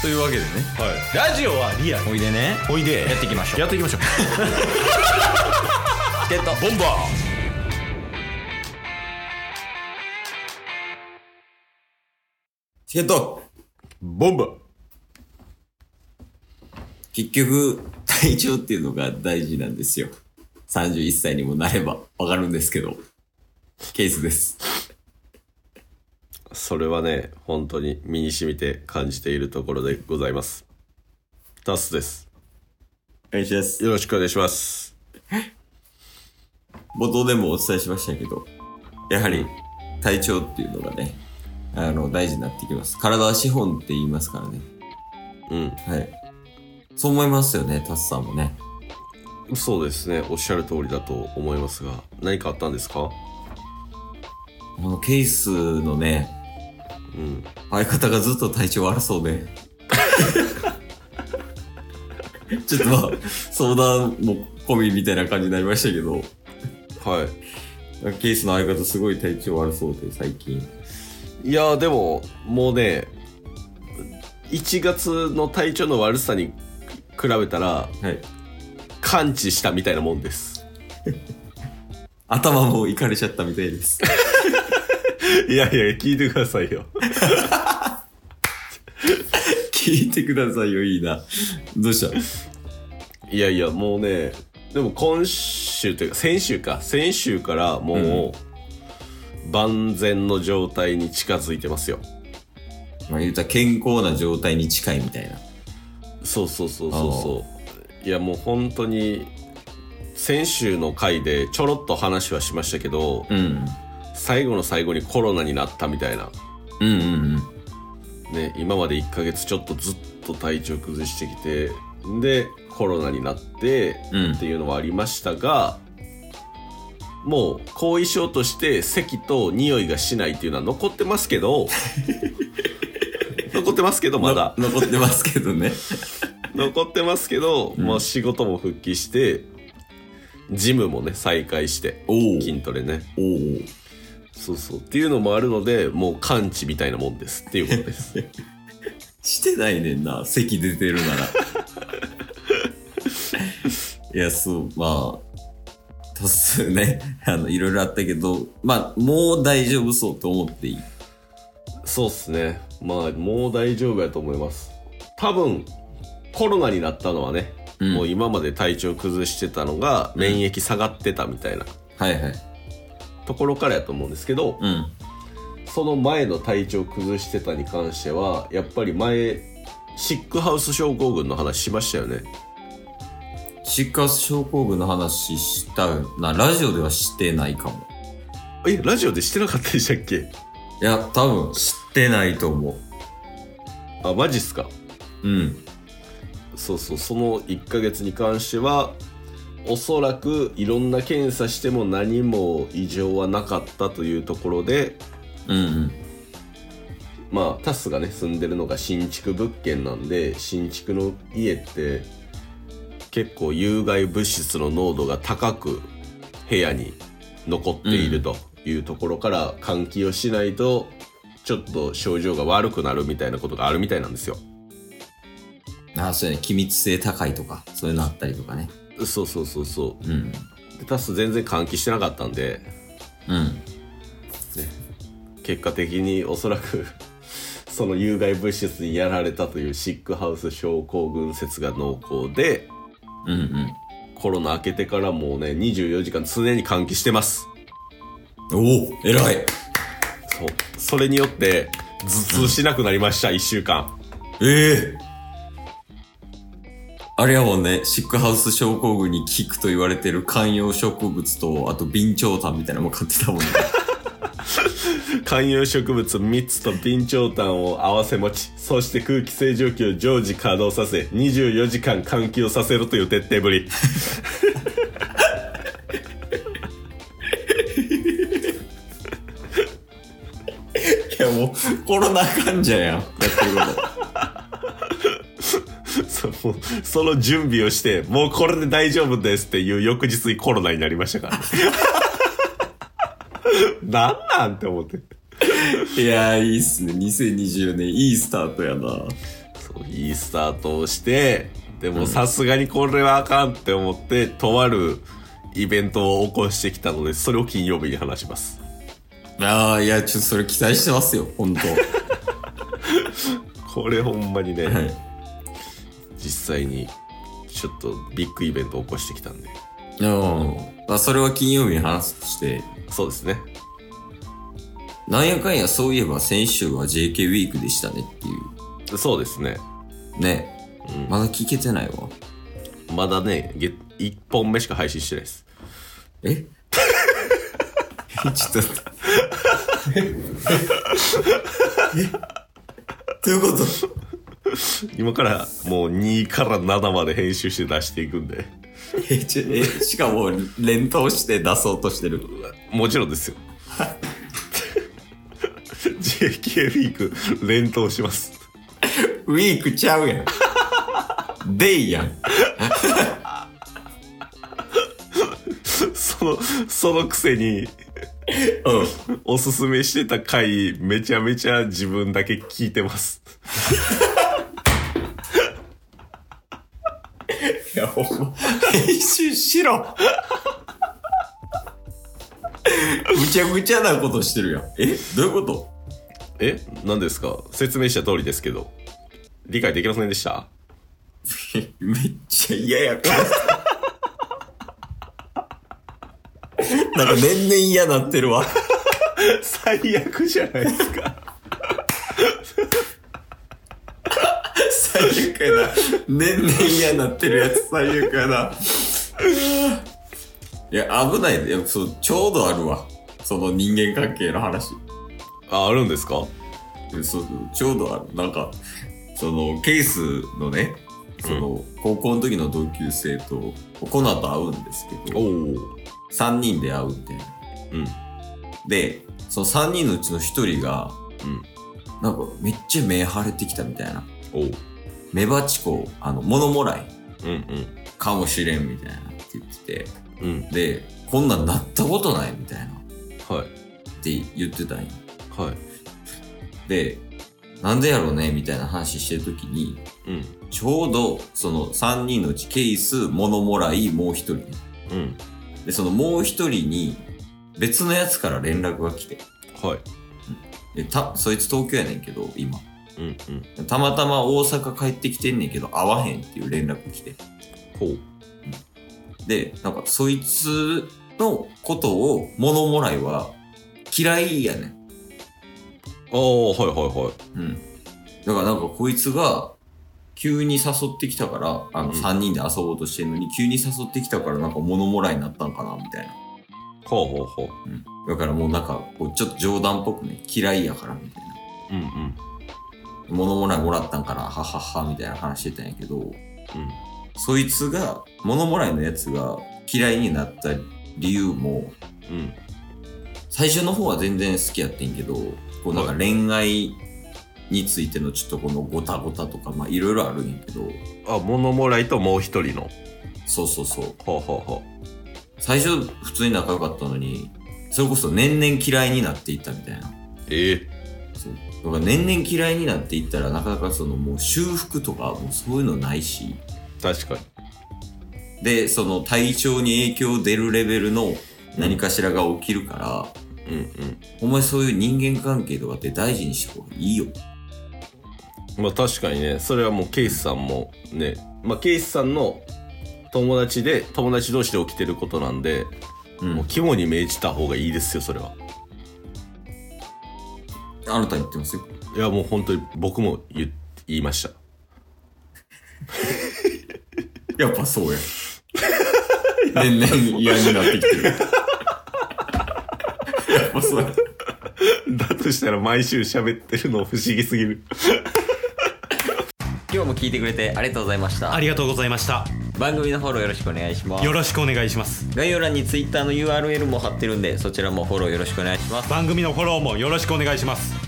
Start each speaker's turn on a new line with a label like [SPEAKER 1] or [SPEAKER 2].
[SPEAKER 1] というわけでね
[SPEAKER 2] はい、ラジオはリアル
[SPEAKER 1] おいでね
[SPEAKER 2] おいで
[SPEAKER 1] やっていきましょう
[SPEAKER 2] やっていきましょう
[SPEAKER 1] ゲット
[SPEAKER 2] ボンバ
[SPEAKER 3] チケット
[SPEAKER 2] ーボンバー
[SPEAKER 3] 結局、体調っていうのが大事なんですよ。31歳にもなればわかるんですけど。ケースです。
[SPEAKER 2] それはね本当に身に染みて感じているところでございますタスです
[SPEAKER 3] お願いします。
[SPEAKER 2] よろしくお願いします
[SPEAKER 3] 冒頭でもお伝えしましたけど、やはり体調っていうのがね、あの、大事になってきます。体は資本って言いますからね。
[SPEAKER 2] うん
[SPEAKER 3] はい。そう思いますよね、タスさんもね。
[SPEAKER 2] そうですねおっしゃる通りだと思いますが何かあったんですか
[SPEAKER 3] このケースのね、
[SPEAKER 2] うん
[SPEAKER 3] 相方がずっと体調悪そうで。 ちょっとまあ、相談も込みみたいな感じになりましたけど。
[SPEAKER 2] は
[SPEAKER 3] ケースの相方すごい体調悪そうで最近
[SPEAKER 2] いいやーでももうね1月の体調の悪さに比べたら
[SPEAKER 3] はい
[SPEAKER 2] 完治したみたいなもんです
[SPEAKER 3] 頭もいかれちゃったみたいです
[SPEAKER 2] いやいや聞いてくださいよ
[SPEAKER 3] 聞いてくださいよいいなどうした
[SPEAKER 2] いやいやもうねでも今週というか先週か先週からもう万全の状態に近づいてますよ
[SPEAKER 3] まあ言うたら健康な状態に近いみたいな
[SPEAKER 2] そうそうそうそうそういやもう本当に先週の回でちょろっと話はしましたけど、
[SPEAKER 3] うん
[SPEAKER 2] 最後の最後にコロナになったみたいな
[SPEAKER 3] うんうん
[SPEAKER 2] ね今まで1ヶ月ちょっとずっと体調崩してきてでコロナになって
[SPEAKER 3] うん
[SPEAKER 2] っていうのはありましたが、もう後遺症として咳と匂いがしないっていうのは残ってます けど残ってますけどまだ
[SPEAKER 3] の残ってますけ どね
[SPEAKER 2] 残ってますけど、
[SPEAKER 3] うん
[SPEAKER 2] もう仕事も復帰してジムもね再開して
[SPEAKER 3] おお
[SPEAKER 2] 筋トレね
[SPEAKER 3] おお
[SPEAKER 2] そうそうっていうのもあるのでもう完治みたいなもんですっていうこと です
[SPEAKER 3] してないねんな咳出てるなら いやそうまあ多数ねあのいろいろあったけどまあもう大丈夫そうと思っていい
[SPEAKER 2] そうっすねまあもう大丈夫やと思います多分コロナになったのはね、
[SPEAKER 3] うん
[SPEAKER 2] もう今まで体調崩してたのが免疫下がってたみたいな
[SPEAKER 3] はいはい
[SPEAKER 2] ところからやと思うんですけど、
[SPEAKER 3] うん
[SPEAKER 2] その前の体調崩してたに関してはやっぱり前シックハウス症候群の話しましたよね
[SPEAKER 3] シッカース症候群の話したな、ラジオではしてないかも。
[SPEAKER 2] えラジオでしてなかったでしたっけ
[SPEAKER 3] いや、多分、知ってないと思
[SPEAKER 2] あマジっすか
[SPEAKER 3] う。うん。
[SPEAKER 2] そうそうその1ヶ月に関してはおそらくいろんな検査しても何も異常はなかったというところで
[SPEAKER 3] うんうん。
[SPEAKER 2] まあタスがね住んでるのが新築物件なんで新築の家って結構有害物質の濃度が高く部屋に残っているというところから換気をしないとちょっと症状が悪くなるみたいなことがあるみたいなんですよ。
[SPEAKER 3] あ、そうやね。機密性高いとか、そういうのあったりとかね。
[SPEAKER 2] そうそうそうそ
[SPEAKER 3] うん。
[SPEAKER 2] う。でタス全然換気してなかったんで
[SPEAKER 3] うん。
[SPEAKER 2] 結果的におそらく その有害物質にやられたというシックハウス症候群説が濃厚で。
[SPEAKER 3] うんうん。
[SPEAKER 2] コロナ明けてからもうね、24時間常に換気してます。
[SPEAKER 3] おお偉い
[SPEAKER 2] そう。それによって、頭痛しなくなりました、1週間。
[SPEAKER 3] ええあれやもんね、シックハウス症候群に効くと言われてる観葉植物と、あと備長炭みたいなのも買ってたもんね。
[SPEAKER 2] 観葉植物3つと備長炭を合わせ持ち、そして空気清浄機を常時稼働させ、24時間換気をさせるという徹底ぶり。
[SPEAKER 3] いやもう、コロナ患者やん。やってる こと。
[SPEAKER 2] そうもうその準備をして、もうこれで大丈夫ですっていう翌日にコロナになりましたから。 なんなんって思って。
[SPEAKER 3] いやー、いいっすね。2024年、いいスタートやな。
[SPEAKER 2] そういいスタートをしてでもさすがにこれはあかんって思ってとあるイベントを起こしてきたのでそれを金曜日に話します
[SPEAKER 3] ああ、いや、ちょっとそれ期待してますよ、 本当
[SPEAKER 2] これほんまにね、
[SPEAKER 3] はい
[SPEAKER 2] 実際にちょっとビッグイベントを起こしてきたんで
[SPEAKER 3] うん。まあ、それは金曜日に話すとして、
[SPEAKER 2] そうですね
[SPEAKER 3] なんやかんや、そういえば先週は JK ウィークでしたねってい
[SPEAKER 2] そうですね、
[SPEAKER 3] う。ね。
[SPEAKER 2] うん
[SPEAKER 3] まだ聞けてないわ。
[SPEAKER 2] まだねげ1本目しか配信してないです
[SPEAKER 3] え ちょっと待って。えどういうこと
[SPEAKER 2] 今からもう2から7まで編集して出していくんで
[SPEAKER 3] え、ちょ、え、しかも連投して出そうとしてる。
[SPEAKER 2] もちろんです よ JK ウィーク連投します
[SPEAKER 3] ウィークちゃうや ん。デイやん。
[SPEAKER 2] そのそのくせに
[SPEAKER 3] うん。
[SPEAKER 2] おすすめしてた回めちゃめちゃ自分だけ聞いてます
[SPEAKER 3] いや、ほんま、編集しろぐちゃぐちゃなことしてるやん。えどういうこと
[SPEAKER 2] え何ですか説明した通りですけど理解できませんでした
[SPEAKER 3] めっちゃ嫌やから。なんか年々嫌なってるわ。
[SPEAKER 2] 最悪じゃないですか
[SPEAKER 3] 最悪やな。年々嫌なってるやつ最悪やな。いや、危ないで。いやそうちょうどあるわ。その人間関係の話。
[SPEAKER 2] ああるんですか
[SPEAKER 3] そうそうちょうどあるなんかそのケースのねその、高校の時の同級生とこの後会うんですけど
[SPEAKER 2] おお
[SPEAKER 3] 3人で会うみたいな
[SPEAKER 2] うん
[SPEAKER 3] でその3人のうちの1人が、
[SPEAKER 2] うん
[SPEAKER 3] なんかめっちゃ目腫れてきたみたいな
[SPEAKER 2] おう
[SPEAKER 3] 目鉢こうあの物もらい
[SPEAKER 2] うん
[SPEAKER 3] かもしれんみたいなって言って
[SPEAKER 2] うんうん
[SPEAKER 3] てでこんなんなったことないみたいなっ
[SPEAKER 2] はい
[SPEAKER 3] て言ってたんよ
[SPEAKER 2] はい
[SPEAKER 3] でなんでやろうねみたいな話してる時に
[SPEAKER 2] うん
[SPEAKER 3] ちょうどその3人のうちケイス、モノもらい、もう1人ね。
[SPEAKER 2] うん
[SPEAKER 3] で、そのもう1人に別のやつから連絡が来て。
[SPEAKER 2] はい
[SPEAKER 3] で、た、そいつ東京やねんけど、今。
[SPEAKER 2] うんうん
[SPEAKER 3] たまたま大阪帰ってきてんねんけど、会わへんっていう連絡が来て。
[SPEAKER 2] ほう
[SPEAKER 3] で、なんかそいつのことを、モノもらいは嫌いやねん。
[SPEAKER 2] ああはいはいはい
[SPEAKER 3] うん。だからなんかこいつが、急に誘ってきたから、あの
[SPEAKER 2] うん
[SPEAKER 3] 3人で遊ぼうとしてるのに、急に誘ってきたからなんか物もらいになったんかな、みたいな。
[SPEAKER 2] はあはあはあ
[SPEAKER 3] だからもうなんか、こうちょっと冗談っぽくね、嫌いやからみたいな。
[SPEAKER 2] うんうん
[SPEAKER 3] 物もらいもらったんかな、ははは、みたいな話してたんやけど、
[SPEAKER 2] うん
[SPEAKER 3] そいつが、物もらいのやつが嫌いになった理由も、
[SPEAKER 2] うん
[SPEAKER 3] 最初の方は全然好きやってんけど、こうなんか恋愛についてのちょっとこのごたごたとか、まあいろいろあるんやけど、
[SPEAKER 2] あ物もらいともう一人のは
[SPEAKER 3] そうそうそう。
[SPEAKER 2] あはあは
[SPEAKER 3] 最初普通に仲良かったのに、それこそ年々嫌いになっていったみたいな。
[SPEAKER 2] あええ
[SPEAKER 3] そうだから年々嫌いになっていったらなかなかそのもう修復とかもうそういうのないし
[SPEAKER 2] 確かに
[SPEAKER 3] でその体調に影響出るレベルの何かしらが起きるから、
[SPEAKER 2] うんうん
[SPEAKER 3] お前そういう人間関係とかって大事にした方がいいよ
[SPEAKER 2] まあ確かにねそれはもうケイスさんもねまあケイスさんの友達で友達同士で起きてることなんで、
[SPEAKER 3] うん
[SPEAKER 2] もう肝に銘じた方がいいですよそれは
[SPEAKER 3] あなた言ってますよ
[SPEAKER 2] いやもう本当に僕も言っ言いました
[SPEAKER 3] やっぱ そうや年々嫌になってきてるやっぱそうや
[SPEAKER 2] だとしたら毎週喋ってるの不思議すぎる
[SPEAKER 1] 今日も聞いてくれてありがとうございました
[SPEAKER 4] ありがとうございました。
[SPEAKER 1] 番組のフォローよろしくお願いします
[SPEAKER 4] よろしくお願いします。
[SPEAKER 1] 概要欄に Twitter の URL も貼ってるんでそちらもフォローよろしくお願いします
[SPEAKER 4] 番組のフォローもよろしくお願いします。